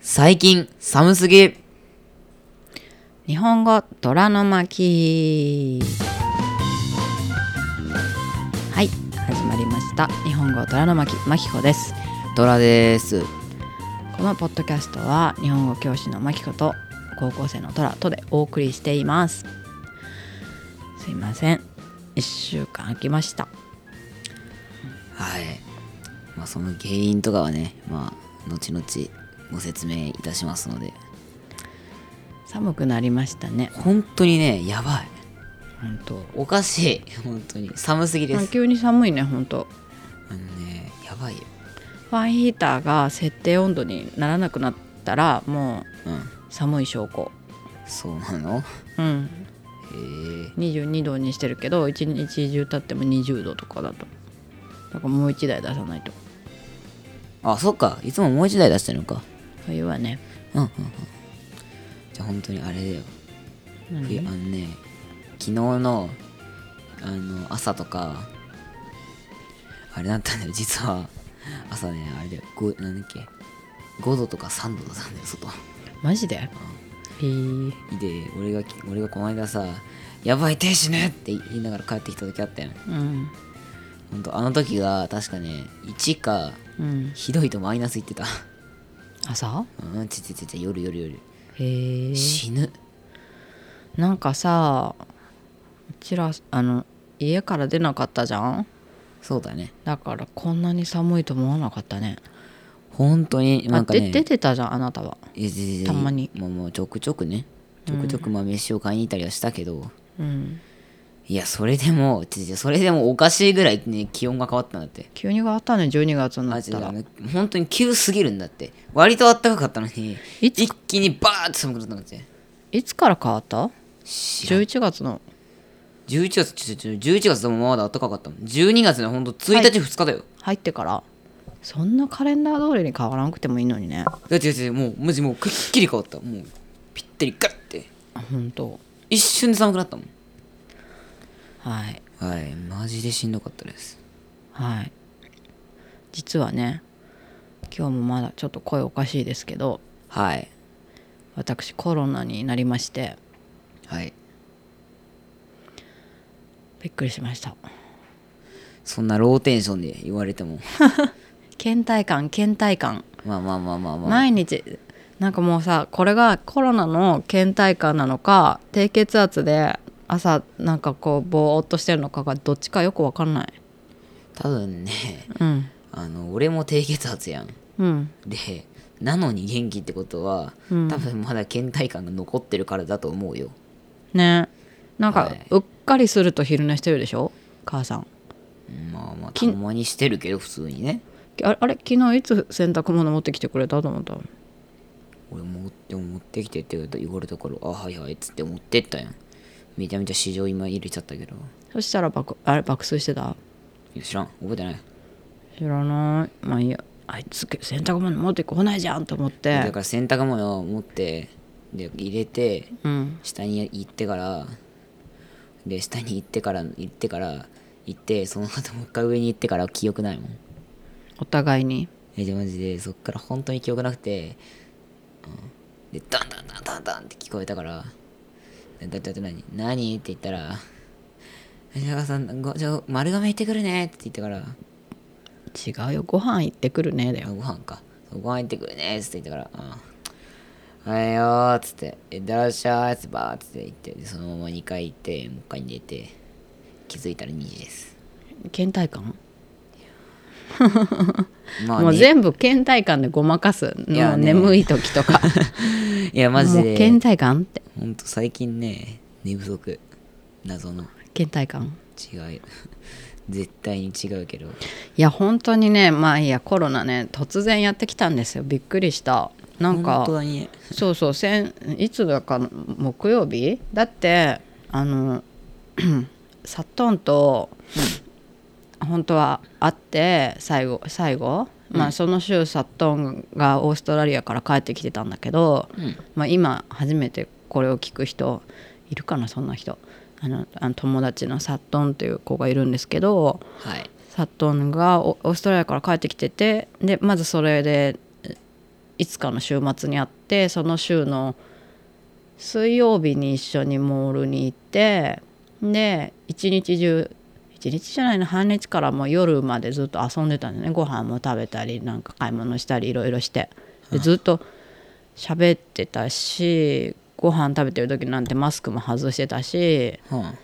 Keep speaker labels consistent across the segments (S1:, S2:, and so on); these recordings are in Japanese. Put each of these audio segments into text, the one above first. S1: 最近寒すぎ
S2: 日本語虎の巻はい始まりました日本語虎の巻まきこです
S1: ドラです
S2: このポッドキャストは日本語教師のまきこと高校生の虎とでお送りしていますすいません一週間空きました
S1: はいまあその原因とかはねまあ後々ご説明いたしますので
S2: 寒くなりましたね
S1: 本当にねやばい
S2: 本当
S1: おかしい本当に寒すぎです
S2: 急に寒いね本当
S1: あのねやばいよ
S2: ファンヒーターが設定温度にならなくなったらも
S1: うん
S2: う寒い証拠
S1: そうなのへ
S2: うん
S1: え
S2: 22度にしてるけど一日中経っても20度とかだとだからもう1台出さないと
S1: あそっかいつももう一台出してるのか
S2: 冬はね
S1: うんうんうんじゃあ本当にあれだよ冬あのね昨日のあの朝とかあれだったんだよ 実は朝ねあれだよごなんだっけ5度とか3度だったんだよ外
S2: マジでへー
S1: で俺がき俺がこの間さ「やばい手死ぬ!」って言いながら帰ってきた時あったよ
S2: うん
S1: ほんとあの時が確かね1か
S2: うん
S1: ひどいとマイナスいってた
S2: 朝
S1: うんちちちち夜夜夜
S2: へえ
S1: 死ぬ
S2: なんかさうちらあの家から出なかったじゃん
S1: そうだね
S2: だからこんなに寒いと思わなかったね
S1: 本当になんか
S2: あ
S1: ね
S2: で出てたじゃんあなたは
S1: えええ
S2: たまに
S1: もうもうちょくちょくねちょくちょくまあ飯を買いに行ったりはしたけど、
S2: うん
S1: いやそれでもちちそれでもおかしいぐらいね気温が変わったんだって
S2: 急に変わったね12月にな
S1: マ
S2: っ
S1: ジで
S2: たら
S1: 本当に急すぎるんだって割と暖かかったのに
S2: いつ
S1: 一気にバーッと寒くなったんだって
S2: いつから変わった
S1: 知らん
S2: ?11 月の
S1: 11月ちょちょ11月でもまだ暖かかったもん12月のほんと1日2日だよ、
S2: 入ってからそんなカレンダー通りに変わらなくてもいいのにね
S1: だってだってもうマジもうくっきり変わったもうぴったりガッて
S2: あ本当
S1: 一瞬で寒くなったもん
S2: はい
S1: はいマジでしんどかったです
S2: はい実はね今日もまだちょっと声おかしいですけど
S1: はい
S2: 私コロナになりまして
S1: はい
S2: びっくりしました
S1: そんなローテンションで言われても
S2: 倦怠感倦怠感
S1: まあまあまあまあまあ
S2: 毎日なんかもうさこれがコロナの倦怠感なのか低血圧で朝なんかこうぼーっとしてるのかがどっちかよくわかんない
S1: 多分ね
S2: うん
S1: あの俺も低血圧やん
S2: うん
S1: でなのに元気ってことは、
S2: うん
S1: 多分まだ倦怠感が残ってるからだと思うよ
S2: ねなんか、
S1: はいう
S2: っかりすると昼寝してるでしょ母さん
S1: まあまあた
S2: きん
S1: まにしてるけど普通にね
S2: あれあれ昨日いつ洗濯物持ってきてくれたと思った
S1: 俺もでも持ってきてって言われたからあはいはいっつって持ってったやんめちゃめちゃ市場今入れちゃったけど
S2: そしたら爆あれ爆睡してた
S1: いや知らん覚えてない、
S2: 知らないまあいいやあいつ洗濯物持ってこないじゃんと思っ
S1: だ
S2: て
S1: から洗濯物を持ってで入れて
S2: うん
S1: 下に行ってからで下に行ってから行ってから行ってその後 もう一回上に行ってから記憶ないもん
S2: お互いに
S1: えじゃあマジでそっから本当に記憶なくて、うん、でダンダンダンダンダンって聞こえたからでだだって何何って言ったら「えじゃあさんごじゃあ丸亀行ってくるね」って言ったから「
S2: 違うよご飯行ってくるねだ
S1: あ
S2: よ
S1: ご飯かそうご飯行ってくるね」っつって言ったから「うんはいよー」っつって「えだらっしゃー」っつってバーっつって言ってでそのまま2回行ってもう1回寝て気づいたら2時です
S2: 倦怠感
S1: まあ、
S2: もう
S1: ね
S2: 全部倦怠感でごまかす
S1: いや
S2: もう
S1: ね
S2: 眠い時とか
S1: い やマジ
S2: もう倦
S1: で
S2: 怠感って
S1: ほんと最近ね寝不足謎の。
S2: 倦怠感
S1: 違う 絶対に違うけど
S2: いや本当にねまあいいやコロナね突然やってきたんですよびっくりしたなんか
S1: 本当にね
S2: そうそう先いつだかの木曜日だってあの サットンと、本当は会って最後最後、まあその週サットンがオーストラリアから帰ってきてたんだけど、
S1: うん
S2: まあ、今初めてこれを聞く人いるかなそんな人あのあの友達のサットンという子がいるんですけど
S1: はい
S2: サットンがオオーストラリアから帰ってきててでまずそれでえいつかの週末に会ってその週の水曜日に一緒にモールに行ってで一日中一日じゃないの半日からもう夜までずっと遊んでたんだよねご飯も食べたりなんか買い物したりいろいろしてでずっと喋ってたしご飯食べてる時なんてマスクも外してたし
S1: は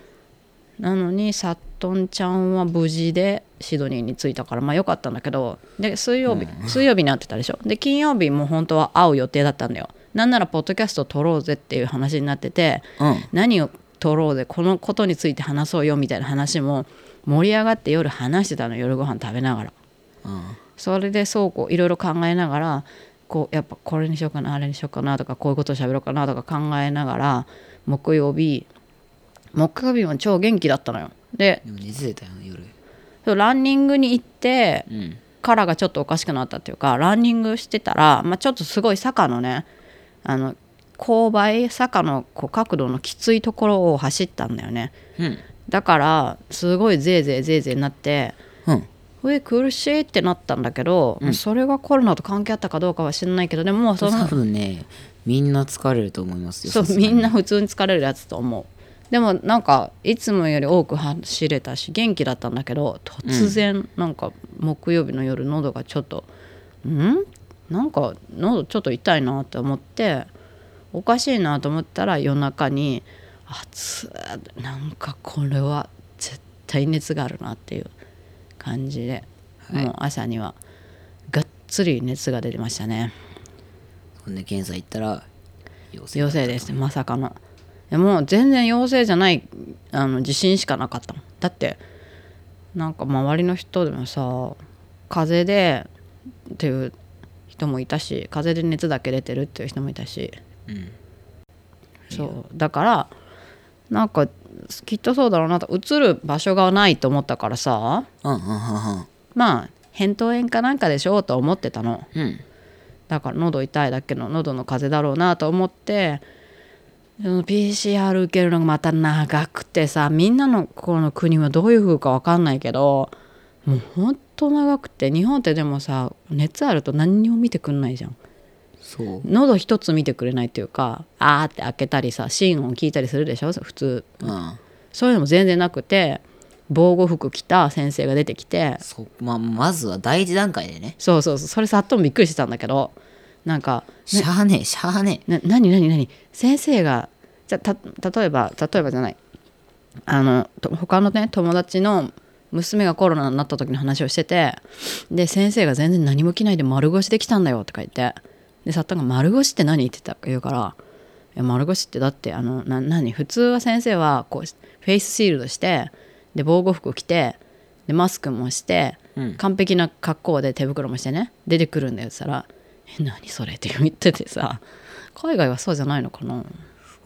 S2: なのにさっとんちゃんは無事でシドニーに着いたからまあよかったんだけどで水曜日、水曜日になってたでしょで金曜日も本当は会う予定だったんだよなんならポッドキャスト撮ろうぜっていう話になってて
S1: あうん
S2: 何を撮ろうぜこのことについて話そうよみたいな話も盛り上がって夜話してたの夜ご飯食べながら
S1: あ
S2: それでそうこういろいろ考えながらこうやっぱこれにしようかなあれにしようかなとかこういうことを喋ろうかなとか考えながら木曜日木曜日も超元気だったのよで
S1: でも寝てたよね夜
S2: そうランニングに行って
S1: うん
S2: カラーがちょっとおかしくなったっていうかランニングしてたら、まあ、ちょっとすごい坂のねあの勾配坂のこう角度のきついところを走ったんだよね
S1: うん
S2: だからすごいぜいぜいぜいぜいになって
S1: うん
S2: 上苦しいってなったんだけど、それがコロナと関係あったかどうかは知らないけどでももうそ
S1: 多
S2: の
S1: 分ねみんな疲れると思いますよ
S2: そう
S1: さすがに
S2: みんな普通に疲れるやつと思うでもなんかいつもより多く走れたし元気だったんだけど突然なんか木曜日の夜喉がちょっとんなんか喉ちょっと痛いなって思っておかしいなと思ったら夜中に熱っなんかこれは絶対熱があるなっていう感じで、もう朝にはがっつり熱が出てましたね。
S1: ほんで検査行ったら陽性
S2: 陽性ですまさかのいやもう全然陽性じゃないあの自信しかなかっただってなんか周りの人でもさ風邪でっていう人もいたし風邪で熱だけ出てるっていう人もいたし
S1: うん
S2: そうだからなんかきっとそうだろうなと移る場所がないと思ったからさ
S1: うんうんうん
S2: まあ扁桃炎かなんかでしょうと思ってたの
S1: うん
S2: だから喉痛いだけの喉の風邪だろうなと思ってその PCR 受けるのがまた長くてさみんなのこの国はどういう風か分かんないけどもうほんと長くて日本ってでもさ熱あると何にも見てくんないじゃん
S1: そう
S2: 喉一つ見てくれないっていうかあーって開けたりさ心音聞いたりするでしょ普通
S1: うん
S2: そういうのも全然なくて防護服着た先生が出てきて
S1: そまあまずは第一段階でね
S2: そうそうそうそれさっともびっくりしてたんだけどなんか
S1: しゃあねえしゃあね
S2: な何何何先生がじゃた例えば例えばじゃないあのと他のね友達の娘がコロナになった時の話をしててで先生が全然何も着ないで丸腰で来たんだよとか言ってでサッタンが「丸腰って何?」って言った言うから「いや丸腰ってだってあのな何普通は先生はこうフェイスシールドしてで防護服を着てでマスクもして、
S1: うん
S2: 完璧な格好で手袋もしてね出てくるんだよって言ったら「え何それ?」って言っててさ海外はそうじゃないのかな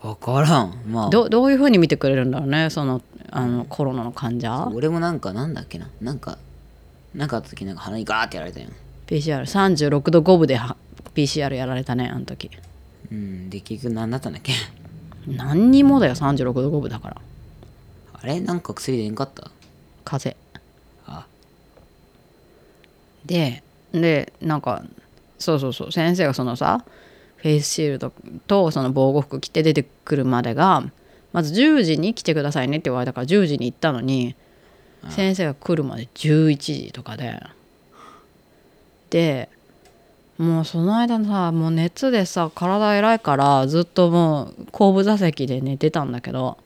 S1: えわからんまあ
S2: どどういうふうに見てくれるんだろうねそのあのコロナの患者
S1: 俺もなんかなんだっけななんかなんかあった時なんか鼻にガーってやられたよ
S2: PCR36 度5分では PCR やられたねあの時
S1: うんで結局何だったんだっけ
S2: 何にもだよ36度5分だから
S1: あれなんか薬出んかった
S2: 風邪
S1: あ
S2: ででなんかそうそうそう先生がそのさフェイスシールドとその防護服着て出てくるまでがまず10時に来てくださいねって言われたから10時に行ったのに先生が来るまで11時とかででもうその間さもう熱でさ体偉いからずっともう後部座席で寝てたんだけど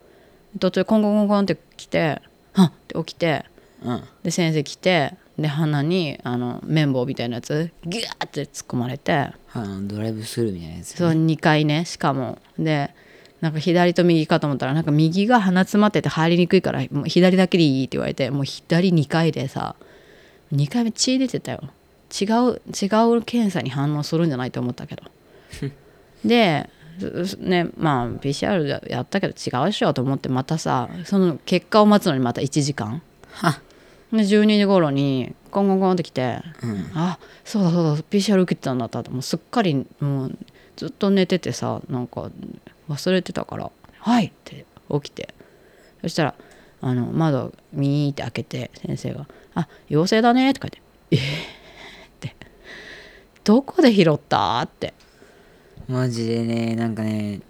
S2: 途中コンコンコンコンって来てあっって起きて
S1: うん
S2: で先生来てで鼻にあの綿棒みたいなやつギューって突っ込まれて
S1: あのドライブスルーみたいなやつ
S2: そう2回ねしかもでなんか左と右かと思ったらなんか右が鼻詰まってて入りにくいからもう左だけでいいって言われてもう左2回でさ2回目血出てたよ違う違う検査に反応するんじゃないと思ったけどでうねまあ PCR でやったけど違うでしょと思ってまたさその結果を待つのにまた1時間
S1: は
S2: で12時頃にコンコンコンって来て、あそうだそうだ PCR 受けてたんだったともうすっかりもうずっと寝ててさなんか忘れてたから「はい!」って起きてそしたらあの窓ミーって開けて先生が「あ陽性だね」とか言って「えーってどこで拾ったって
S1: マジでねなんかね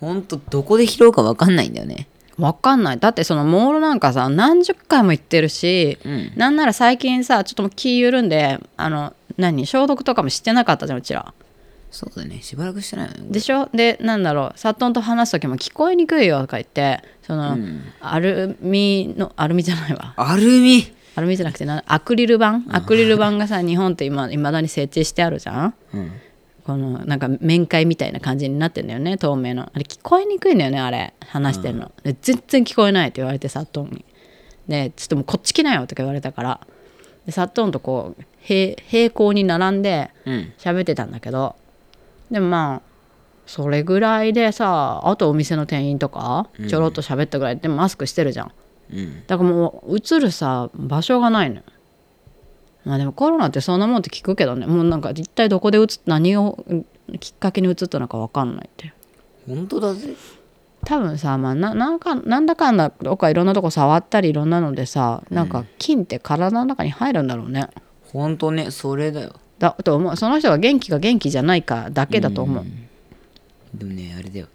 S1: ほんとどこで拾うか分かんないんだよね
S2: わかんないだってそのモールなんかさ何十回も行ってるし、
S1: うん
S2: なんなら最近さちょっともう気緩んであの何消毒とかもしてなかったじゃんうちら
S1: そうだねしばらくしてないよね
S2: でしょでなんだろうサットンと話す時も聞こえにくいよとか言ってそ
S1: う
S2: の、
S1: ん
S2: アルミのアルミじゃないわ
S1: アルミ
S2: アルミじゃなくてなアクリル板アクリル板がさ日本っていまだに設置してあるじゃん
S1: うん
S2: このなんか面会みたいな感じになってんだよね透明のあれ聞こえにくいんだよねあれ話してるの、で全然聞こえないって言われてサットンにでちょっともうこっち来なよとか言われたからでサットンとこう平平行に並んで
S1: うん
S2: 喋ってたんだけどでもまあそれぐらいでさあとお店の店員とかちょろっと喋ったぐらいでもマスクしてるじゃん
S1: うん
S2: だからもう映るさ場所がないのよまあでもコロナってそんなもんって聞くけどねもうなんか一体どこで映っ何をうんきっかけに映ったのか分かんないって
S1: ほんとだぜ
S2: 多分さ、まあ、ななんかなんだかんだとかいろんなとこ触ったりいろんなのでさなんか菌って体の中に入るんだろうね、
S1: ほんとねそれだよ
S2: だと思うその人が元気か元気じゃないかだけだと思う、
S1: でもねあれだよ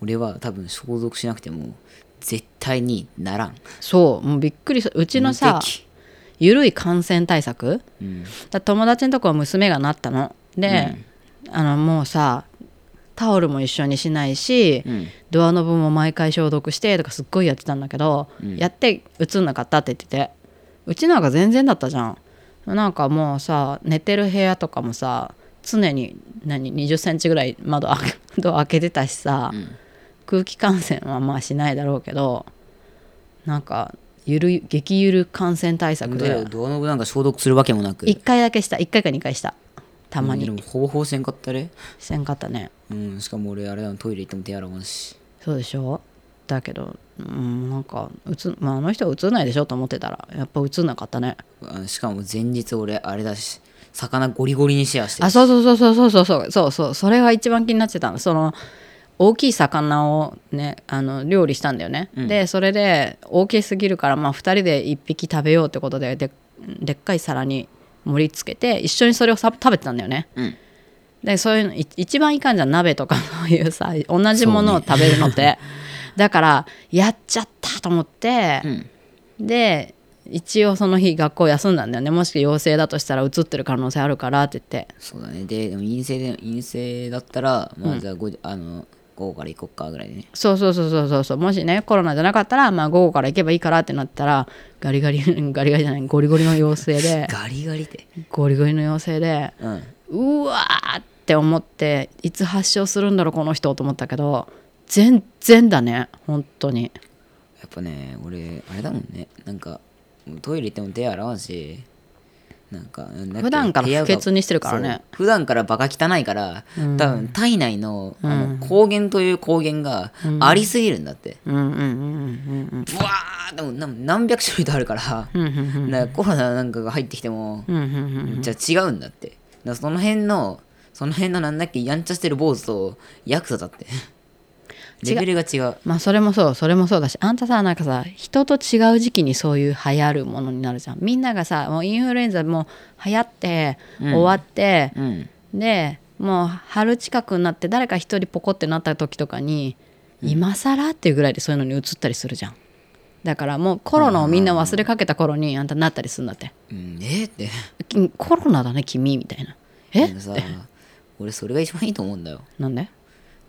S1: 俺は多分消毒しなくても絶対にならん
S2: そうもうびっくりしたうちのさ
S1: 無敵
S2: ゆるい感染対策
S1: うん
S2: だ友達のとこは娘がなったので、あのもうさタオルも一緒にしないし、
S1: うん
S2: ドアノブも毎回消毒してとかすっごいやってたんだけど、やって映んなかったって言っててうちなんか全然だったじゃんなんかもうさ寝てる部屋とかもさ常に何2 0センチぐらい窓開け ドア開けてたしさ、
S1: ん
S2: 空気感染はまあしないだろうけどなんかゆるい激ゆる感染対策
S1: 本当だよ
S2: で
S1: ドアノブなんか消毒するわけもなく
S2: 1回だけした1回か2回したたま
S1: で
S2: に
S1: もほぼほぼせんかったれ
S2: せんかったね
S1: うんしかも俺あれだもんトイレ行っても手洗わんし
S2: そうでしょだけど、うん、なんかうつ、まあ、あの人は映んないでしょと思ってたらやっぱ映んなかったね
S1: あのしかも前日俺あれだし魚ゴリゴリにシェアして
S2: あそうそうそうそうそうそうそうそうそれが一番気になってたのその大きい魚をねあの料理したんだよね、でそれで大きすぎるから、まあ、2人で1匹食べようってことでででっかい皿に盛り付けて一緒にそれをさ食べてたんだよね
S1: うん
S2: でそういうのい一番いかんじゃん鍋とかそういうさ同じものを食べるのって、だからやっちゃったと思って、
S1: ん
S2: で一応その日学校休んだんだよねもし陽性だとしたら移ってる可能性あるからって言って
S1: そうだねででも陰性で陰性だったらまあじゃあ5時、あの午後から行こっかぐらいでね
S2: そうそうそうそうそうそうもしねコロナじゃなかったら、まあ、午後から行けばいいからってなったらガリガ リガリガリじゃないゴリゴリの陽性で
S1: ガリガリで
S2: ゴリゴリの陽性で
S1: うん
S2: うわーって思っていつ発症するんだろうこの人と思ったけど全然だね本当に
S1: やっぱね俺あれだもんねなんかトイレ行っても手洗わんしなんかなんだっけ
S2: 普段から
S1: 部屋が
S2: 不潔にしてるからね
S1: そう普段からバカ汚いから、多分体内のあの抗原という抗原がありすぎるんだって、
S2: うんうんうんうん
S1: ブワーでも何何百種類とあるから、
S2: うんうんうん
S1: だからコロナなんかが入ってきても、
S2: うんうんうんうん
S1: じゃあ違うんだってだからその辺のその辺のなんだっけやんちゃしてる坊主とヤクザだってレベルが違う
S2: まあそれもそうそれもそうだしあんたさなんかさ人と違う時期にそういう流行るものになるじゃんみんながさもうインフルエンザもう流行って、終わって、
S1: うん
S2: でもう春近くになって誰か一人ポコってなった時とかに、今更っていうぐらいでそういうのに移ったりするじゃんだからもうコロナをみんな忘れかけた頃にあんたなったりするんだって
S1: うんえーって
S2: きコロナだね君みたいなえ
S1: でもさ俺それが一番いいと思うんだよ
S2: なんで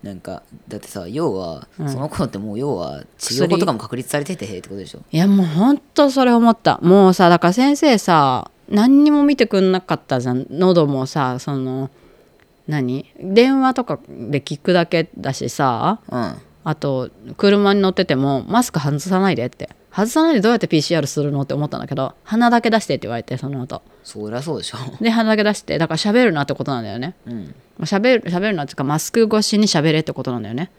S1: なんかだってさ要は、その頃ってもう要は治療法
S2: 薬
S1: とかも確立されててってことでしょ
S2: いやもうほんとそれ思ったもうさだから先生さ何にも見てくんなかったじゃん喉もさその何電話とかで聞くだけだしさ
S1: うん
S2: あと車に乗っててもマスク外さないでって外さないでどうやって PCR するのって思ったんだけど鼻だけ出してって言われてその後
S1: そりゃそうでしょ
S2: で鼻だけ出してだから喋るなってことなんだよね
S1: うん
S2: 喋る喋るなっていうかマスク越しに喋れってことなんだよね、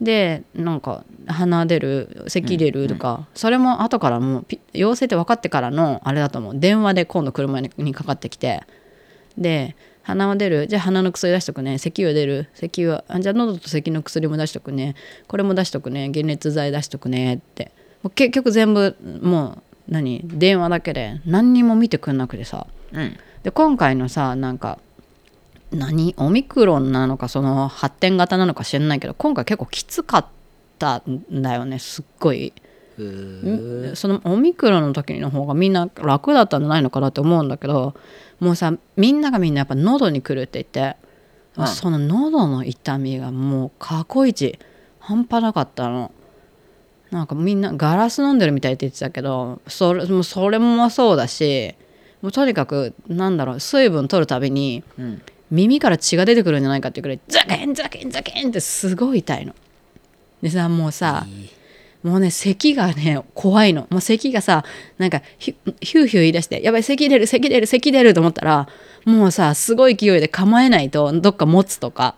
S2: でなんか鼻出る咳出るとか、それも後からもうピ陽性って分かってからのあれだと思う電話で今度車ににかかってきてで鼻は出るじゃあ鼻の薬出しとくね咳は出る咳はあじゃあ喉と咳の薬も出しとくねこれも出しとくね解熱剤出しとくねってもう結局全部もう何電話だけで何にも見てくんなくてさ
S1: うん
S2: で今回のさなんか何オミクロンなのかその発展型なのか知らないけど今回結構きつかったんだよねすっごい、
S1: うー
S2: そのオミクロンの時の方がみんな楽だったんじゃないのかなって思うんだけどもうさみんながみんなやっぱ喉に来るって言って、
S1: うん
S2: その喉の痛みがもう過去一半端なかったの。なんかみんなガラス飲んでるみたいって言ってたけどそれもうそれもそうだしもうとにかくなんだろう水分取るたびに
S1: うん
S2: 耳から血が出てくるんじゃないかっていうくらいザケンザケンザケンってすごい痛いの。でさもうさもうね咳がね怖いのもう咳がさなんかヒュヒューヒュー言い出してやばい咳出る咳出る咳出ると思ったらもうさすごい勢いで構えないとどっか持つとか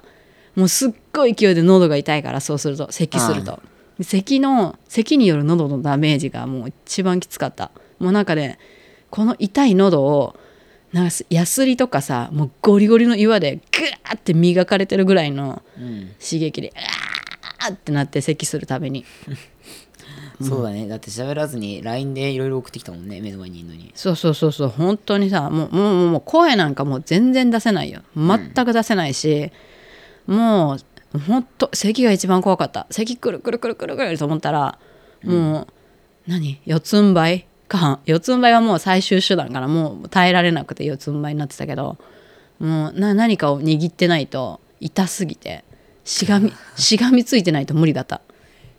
S2: もうすっごい勢いで喉が痛いからそうすると咳するとで咳の咳による喉のダメージがもう一番きつかったもうなんかねこの痛い喉をなんかすヤスリとかさもうゴリゴリの岩でグワーって磨かれてるぐらいの
S1: うん
S2: 刺激で「あーってなって咳するために
S1: そうだねだって喋らずに LINE でいろいろ送ってきたもんね目の前にいるのに
S2: そうそうそうそう本当にさもうもうもうもう声なんかもう全然出せないよ全く出せないし、もうほんと咳が一番怖かった咳くるくるくるくるくると思ったらもう、何四つん這いか四つん這いはもう最終手段からもう耐えられなくて四つん這いになってたけどもうな何かを握ってないと痛すぎてしがみしがみついてないと無理だった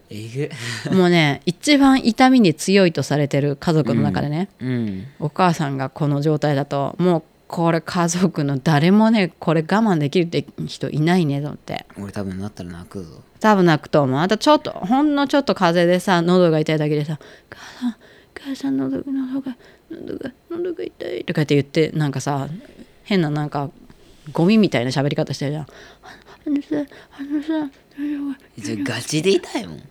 S1: えぐ
S2: もうね一番痛みに強いとされてる家族の中でね、
S1: うん
S2: お母さんがこの状態だともうこれ家族の誰もねこれ我慢できるって人いないねと思って
S1: 俺多分なったら泣くぞ
S2: 多分泣くと思うあとちょっとほんのちょっと風邪でさ喉が痛いだけでさ「母さん母さん喉が喉が喉が喉が痛い」とかって言ってなんかさ変ななんかゴミみたいな喋り方してるじゃん。ああのさあのさ大丈 夫
S1: じゃあガチで痛いもん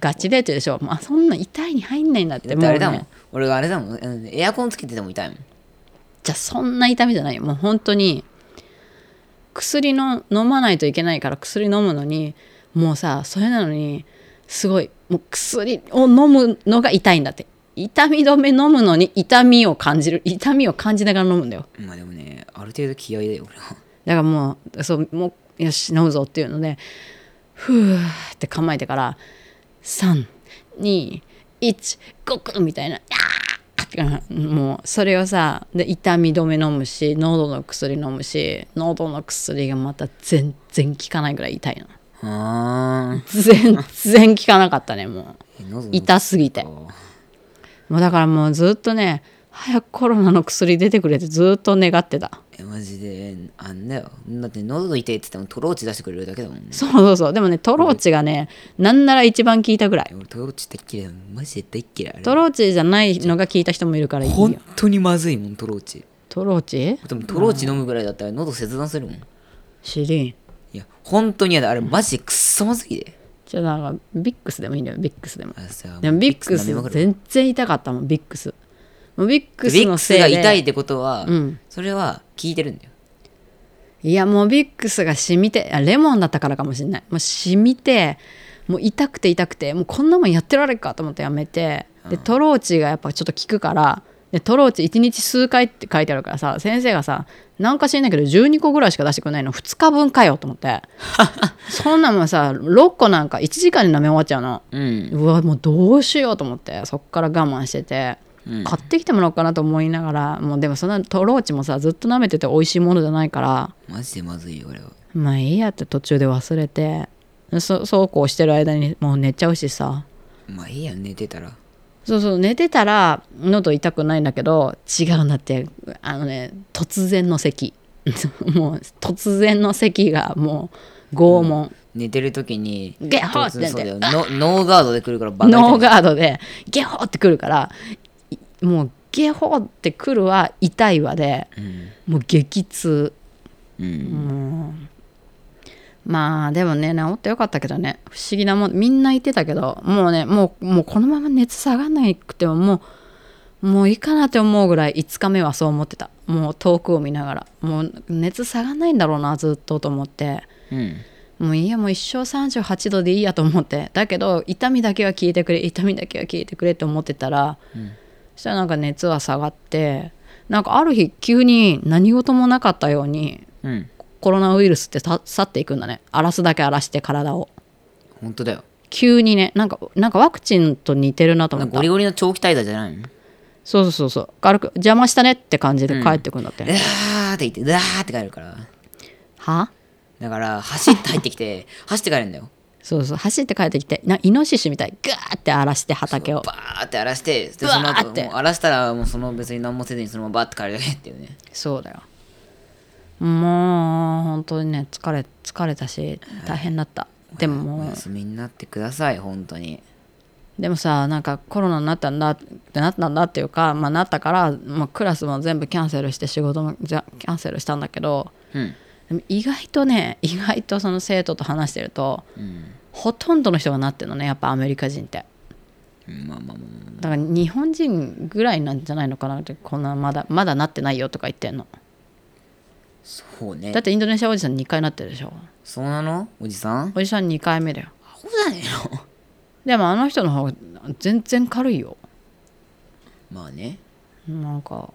S2: ガチデートでしょ、まあ、そんな痛いに入んないんだって
S1: だってあれだ
S2: もう
S1: も
S2: ね
S1: ん俺があれだもんうんエアコンつけてても痛いもん
S2: じゃあそんな痛みじゃないよもう本当に薬の飲まないといけないから薬飲むのにもうさそれなのにすごいもう薬を飲むのが痛いんだって痛み止め飲むのに痛みを感じる痛みを感じながら飲むんだよ
S1: まあでもねある程度気合いだよ俺は
S2: だからもうそうもうよし飲むぞっていうのでふーって構えてから321ゴクッみたいなあーってかもうそれをさで痛み止め飲むし喉の薬飲むし喉の薬がまた全然効かないぐらい痛いの
S1: あ
S2: 全然効かなかったねもう痛すぎてもうだからもうずっとね早くコロナの薬出てくれってずっと願ってた。
S1: えマジであんだよだって喉痛いって言ってもトローチ出してくれるだけだもんね
S2: そうそうそうでもねトローチがねなんなら一番効いたぐらい
S1: 俺トローチ大っ嫌いだもんマジで大っ嫌いあれ
S2: トローチじゃないのが効いた人もいるからいいよ
S1: 本当にまずいもんトローチ
S2: トローチ
S1: でもトローチ飲むぐらいだったら喉切断するもんい
S2: シリーン
S1: や本当に嫌だあれマジでくっそまずいで
S2: じゃあなんかビックスでもいいんだよビックスでも
S1: あれさ
S2: でもビック
S1: 舐めまく
S2: ス
S1: る
S2: 全然痛かったもんビックスもうビックス
S1: ビッ
S2: の
S1: ク
S2: せ
S1: ス
S2: い
S1: が
S2: で
S1: 痛いってことは、
S2: うん
S1: それは効いてるんだよ
S2: いやもうビックスが染みてあレモンだったからかもしれないもう染みてもう痛くて痛くてもうこんなもんやってられるかと思ってやめてでトローチがやっぱちょっと効くからでトローチ1日数回って書いてあるからさ先生がさなんか知んないけど12個ぐらいしか出してくれないの2日分かよと思って そんなもんさ6個なんか1時間で舐め終わっちゃうの
S1: うん
S2: うわもうどうしようと思ってそっから我慢してて、
S1: うん
S2: 買ってきてもらおうかなと思いながらもうでもそんなトローチもさずっと舐めてて美味しいものじゃないから
S1: マジでまずいよ俺は
S2: まあいいやって途中で忘れてそそうこうしてる間にもう寝ちゃうしさ
S1: まあいいやん寝てたら
S2: そうそう寝てたら喉痛くないんだけど違うんだってあのね突然の咳 もう突然の咳がもう拷問、
S1: 寝てる時に
S2: ゲホって
S1: そう
S2: なっ
S1: そうだ
S2: て
S1: よノノーガードで来るからバカ
S2: ノー
S1: 痛い
S2: ガードでゲホってくるからいもうゲホってくるは痛いわで
S1: うん
S2: もう激痛
S1: うん
S2: まあでもね治ってよかったけどね不思議なもんみんな言ってたけどもうねもうもうこのまま熱下がんなくてももうもういいかなって思うぐらい5日目はそう思ってたもう遠くを見ながらもう熱下がんないんだろうなずっとと思って
S1: うん
S2: もういいやもう一生38度でいいやと思ってだけど痛みだけは聞いてくれ痛みだけは聞いてくれって思ってたら、
S1: うん
S2: そしたらなんか熱は下がってなんかある日急に何事もなかったように
S1: うん
S2: コロナウイルスってさ去っていくんだね荒らすだけ荒らして体を
S1: 本当だよ
S2: 急にねなんかなんかワクチンと似てるなと思
S1: な
S2: っ
S1: んか
S2: た
S1: ゴリゴリの長期滞在じゃないの
S2: そうそうそうそう軽く邪魔したねって感じで帰ってくんだって、
S1: うわーって言ってうわーって帰るから
S2: は
S1: だから走って入ってきて 走って帰るんだよ
S2: そうそう走って帰ってきてなイノシシみたいにガーって荒らして畑を
S1: バーって荒らしてで
S2: うわ
S1: その
S2: ー
S1: 後
S2: って
S1: もう荒らしたらもうその別に何もせずにそのままバーって帰るだけっていうね
S2: そうだよもう本当にね疲れ疲れたし大変だった、でも
S1: お
S2: もう
S1: 休みになってください本当に
S2: でもさなんかコロナになったんだってなったんだっていうか、まあ、なったから、まあ、クラスも全部キャンセルして仕事もじゃキャンセルしたんだけど
S1: うん
S2: でも意外とね意外とその生徒と話してると
S1: うん
S2: ほとんどの人がなってるのねやっぱアメリカ人って
S1: うんまあまあまあまあ
S2: だから日本人ぐらいなんじゃないのかなってこんなまだまだなってないよとか言ってんの
S1: そうね
S2: だってインドネシアおじさん2回なってるでしょ
S1: そうなのおじさん
S2: おじさん2回目だよ
S1: アホじゃねえの
S2: でもあの人の方が全然軽いよ
S1: まあね
S2: なんか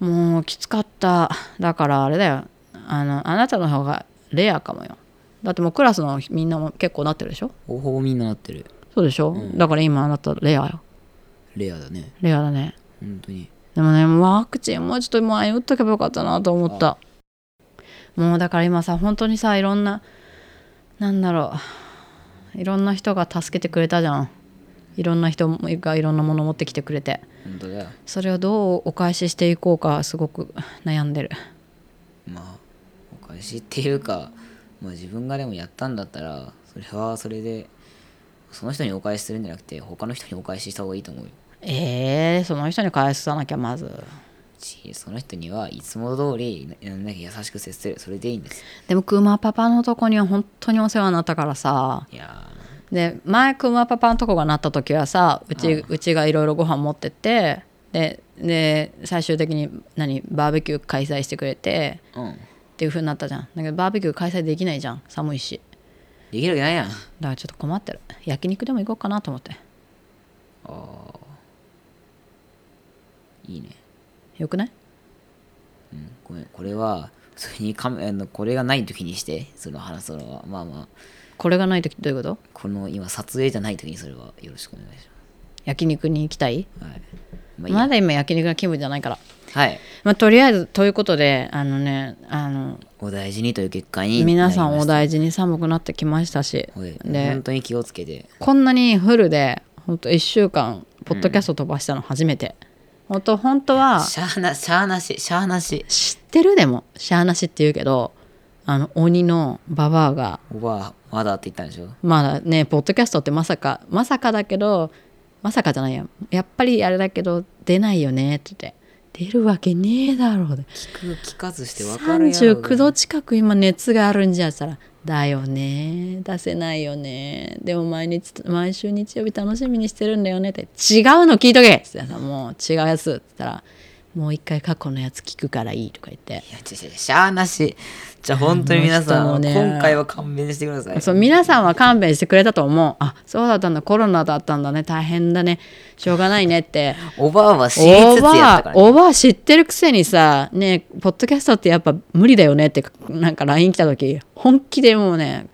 S2: もうきつかっただからあれだよあのあなたの方がレアかもよだってもうクラスのみんなも結構なってるでしょ
S1: ほぼほぼみんななってる
S2: そうでしょ、だから今あなたレアよ
S1: レアだね
S2: レアだね
S1: 本当に
S2: でもねワクチンもうちょっと前打っとけばよかったなと思ったもうだから今さ本当にさいろんななんだろういろんな人が助けてくれたじゃんいろんな人がいろんなもの持ってきてくれて
S1: 本当だよ
S2: それをどうお返ししていこうかすごく悩んでる
S1: まあお返しっていうか、まあ、自分がでもやったんだったらそれはそれでその人にお返しするんじゃなくて他の人にお返しした方がいいと思うよ
S2: えー、その人に返さなきゃまず
S1: しその人にはいつも通りななんだっけ優しく接するそれでいいんです
S2: でもクマパパのとこには本当にお世話になったからさ
S1: いや
S2: で前クマパパのとこがなった時はさうちうちがいろいろご飯持ってってでで最終的に何バーベキュー開催してくれて
S1: ーうん
S2: っていう風になったじゃんだけどバーベキュー開催できないじゃん寒いし
S1: できるわけないやん
S2: だからちょっと困ってる焼肉でも行こうかなと思って
S1: いいね
S2: よくない
S1: ごめんこれは普通にカメあのこれがない時にしてその話すのはまあまあ
S2: これがない時どういうこと
S1: この今撮影じゃない時にそれはよろしくお願いし
S2: 焼肉に行きたい
S1: ますはいまあいいや
S2: まだ今焼肉の気分じゃないから。
S1: はい
S2: まあ、とりあえずということであのねあの
S1: お大事にという結果に
S2: 皆さんお
S1: 大
S2: 大事に寒くなってきましたし、
S1: はい、
S2: ね
S1: 本、当に気をつけて
S2: こんなにフルで本当1週間ポッドキャスト飛ばしたの初めて、本当本当は
S1: しゃあなしゃあなししゃあなし
S2: 知ってるでもしゃあなしって言うけどあの鬼のババアが
S1: おばあまだって言ったんでしょ
S2: まだねポッドキャストってまさかまさかだけどまさかじゃないややっぱりあれだけど出ないよねって言って出るわけねえだろうで
S1: 聞く聞かずして分かるやろ
S2: 39度近く今熱があるんじゃったらだよね出せないよねでも毎日毎週日曜日楽しみにしてるんだよねって違うの聞いとけっつってさもう違うやつって言ったらもう一回過去のやつ聞くからいいとか言って
S1: いや違う違うしゃあなしじゃあ本当に皆さ
S2: あの
S1: ん、
S2: 人もね
S1: 今回は勘弁してください
S2: そう皆さんは勘弁してくれたと思うあそうだったんだコロナだったんだね大変だねしょうがないねって
S1: おばあは知りつ
S2: お
S1: つやっ
S2: ば
S1: た
S2: あ
S1: から、ね、
S2: おばあ知ってるくせにさねえポッドキャストってやっぱ無理だよねってなんか LINE 来た時本気でもうね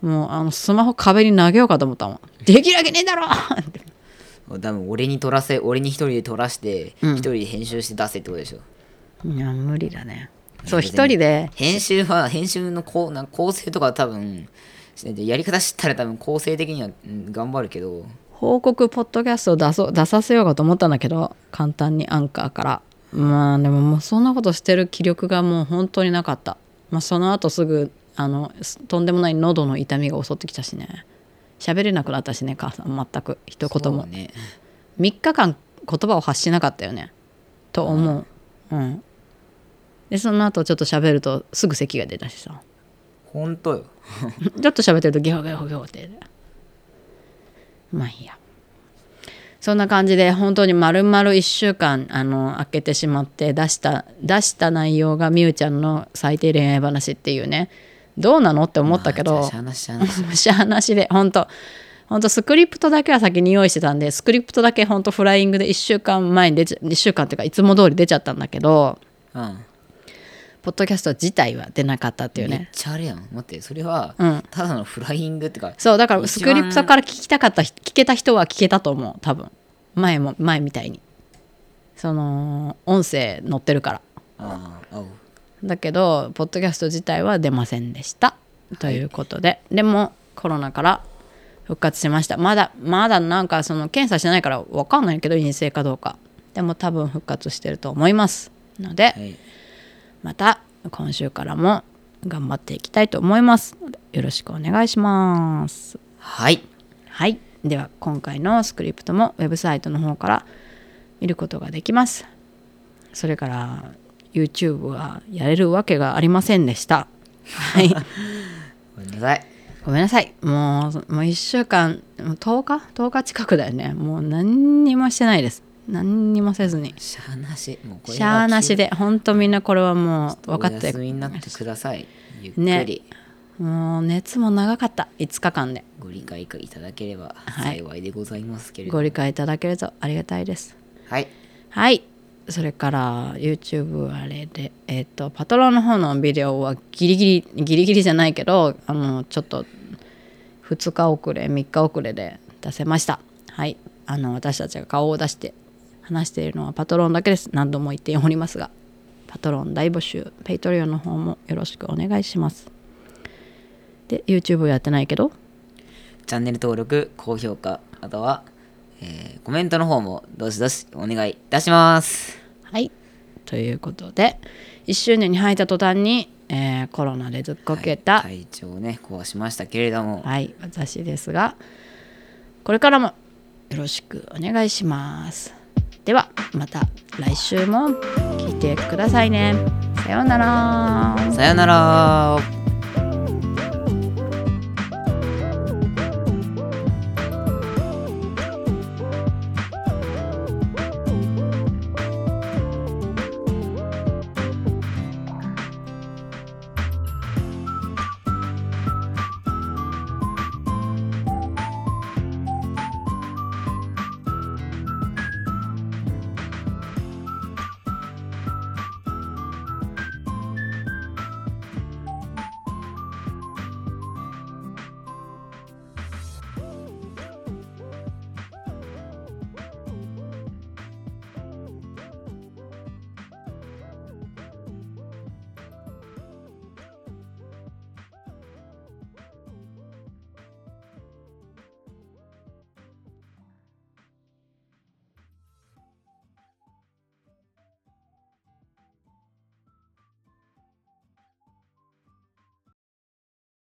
S2: もうあのスマホ壁に投げようかと思ったもんできるわけねえだろって
S1: 多分俺に撮らせ俺に一人で撮らせて一、人で編集して出せってことでしょ
S2: いや無理だねそう一人で
S1: 編集は編集のこうなん構成とか多分しないでやり方知ったら多分構成的には、うん頑張るけど
S2: 報告ポッドキャストを出そう出させようかと思ったんだけど簡単にアンカーからまあでももうそんなことしてる気力がもう本当になかった、まあ、その後すぐあのすとんでもない喉の痛みが襲ってきたしね喋れなくなったしね母さん全く一言
S1: そ
S2: も、
S1: うね
S2: 3日間言葉を発しなかったよねと思ううんでその後ちょっと喋るとすぐ咳が出たしさ
S1: 本当よ
S2: ちょっと喋ってるとギョギョギョってまあいいやそんな感じで本当に丸々1週間あの開けてしまって出した出した内容がみゆちゃんの最低恋愛話っていうねどうなのって思ったけ
S1: ま
S2: ど、
S1: あ じゃあしゃあなししゃあなし
S2: むしゃなしで本当本当スクリプトだけは先に用意してたんでスクリプトだけ本当フライングで1週間前に出ちゃ1週間っていうかいつも通り出ちゃったんだけど
S1: うん
S2: ポッドキャスト自体は出なかったっていう
S1: めっ
S2: ね
S1: ちゃあれやん待ってそれは、
S2: うん
S1: ただのフライングってか
S2: そうだからス
S1: 一
S2: ク
S1: 番
S2: リプトから聞きたかった人聞けた人は聞けたと思う多分前も前みたいにその音声載ってるから
S1: ああおう
S2: だけどポッドキャスト自体は出ませんでしたということで、でもコロナから復活しましたまだまだなんかその検査してないから分かんないけど陰性かどうかでも多分復活してると思いますので、
S1: はい
S2: また今週からも頑張っていきたいと思いますのでよろしくお願いします
S1: はい
S2: はいでは今回のスクリプトもウェブサイトの方から見ることができますそれから YouTube はやれるわけがありませんでした はい
S1: ごめんなさい
S2: ごめんなさいもうもう1週間もう10日10日近くだよねもう何にもしてないです何にもせずに
S1: しゃーなしもうこれは
S2: シャーなしでほんとみんなこれはもう分
S1: 分
S2: か
S1: か
S2: っ
S1: っててお休みになってくださいゆっくり、
S2: ねもう熱も長かった5日間で
S1: ご理解いただければ
S2: はい
S1: 幸いでございますけれども
S2: ご理解いただけるとありがたいです
S1: はい
S2: はいそれから YouTube あれでえっ、とパトロンの方のビデオはギリギリギリギリじゃないけどあのちょっと2日遅れ3日遅れで出せましたはいあの私たちが顔を出して話しているのはパトロンだけです何度も言っておりますがパトロン大募集ペイトリオンの方もよろしくお願いしますで YouTube やってないけど
S1: チャンネル登録高評価あとは、えーコメントの方もどしどしお願いいたします
S2: はい。ということで、1周年に入った途端に、えーコロナでずっこけた、はい、
S1: はい体調をね壊しましたけれども
S2: 私ですが、これからもよろしくお願いします。では、また来週も聞いてくださいね。さようなら。
S1: さよなら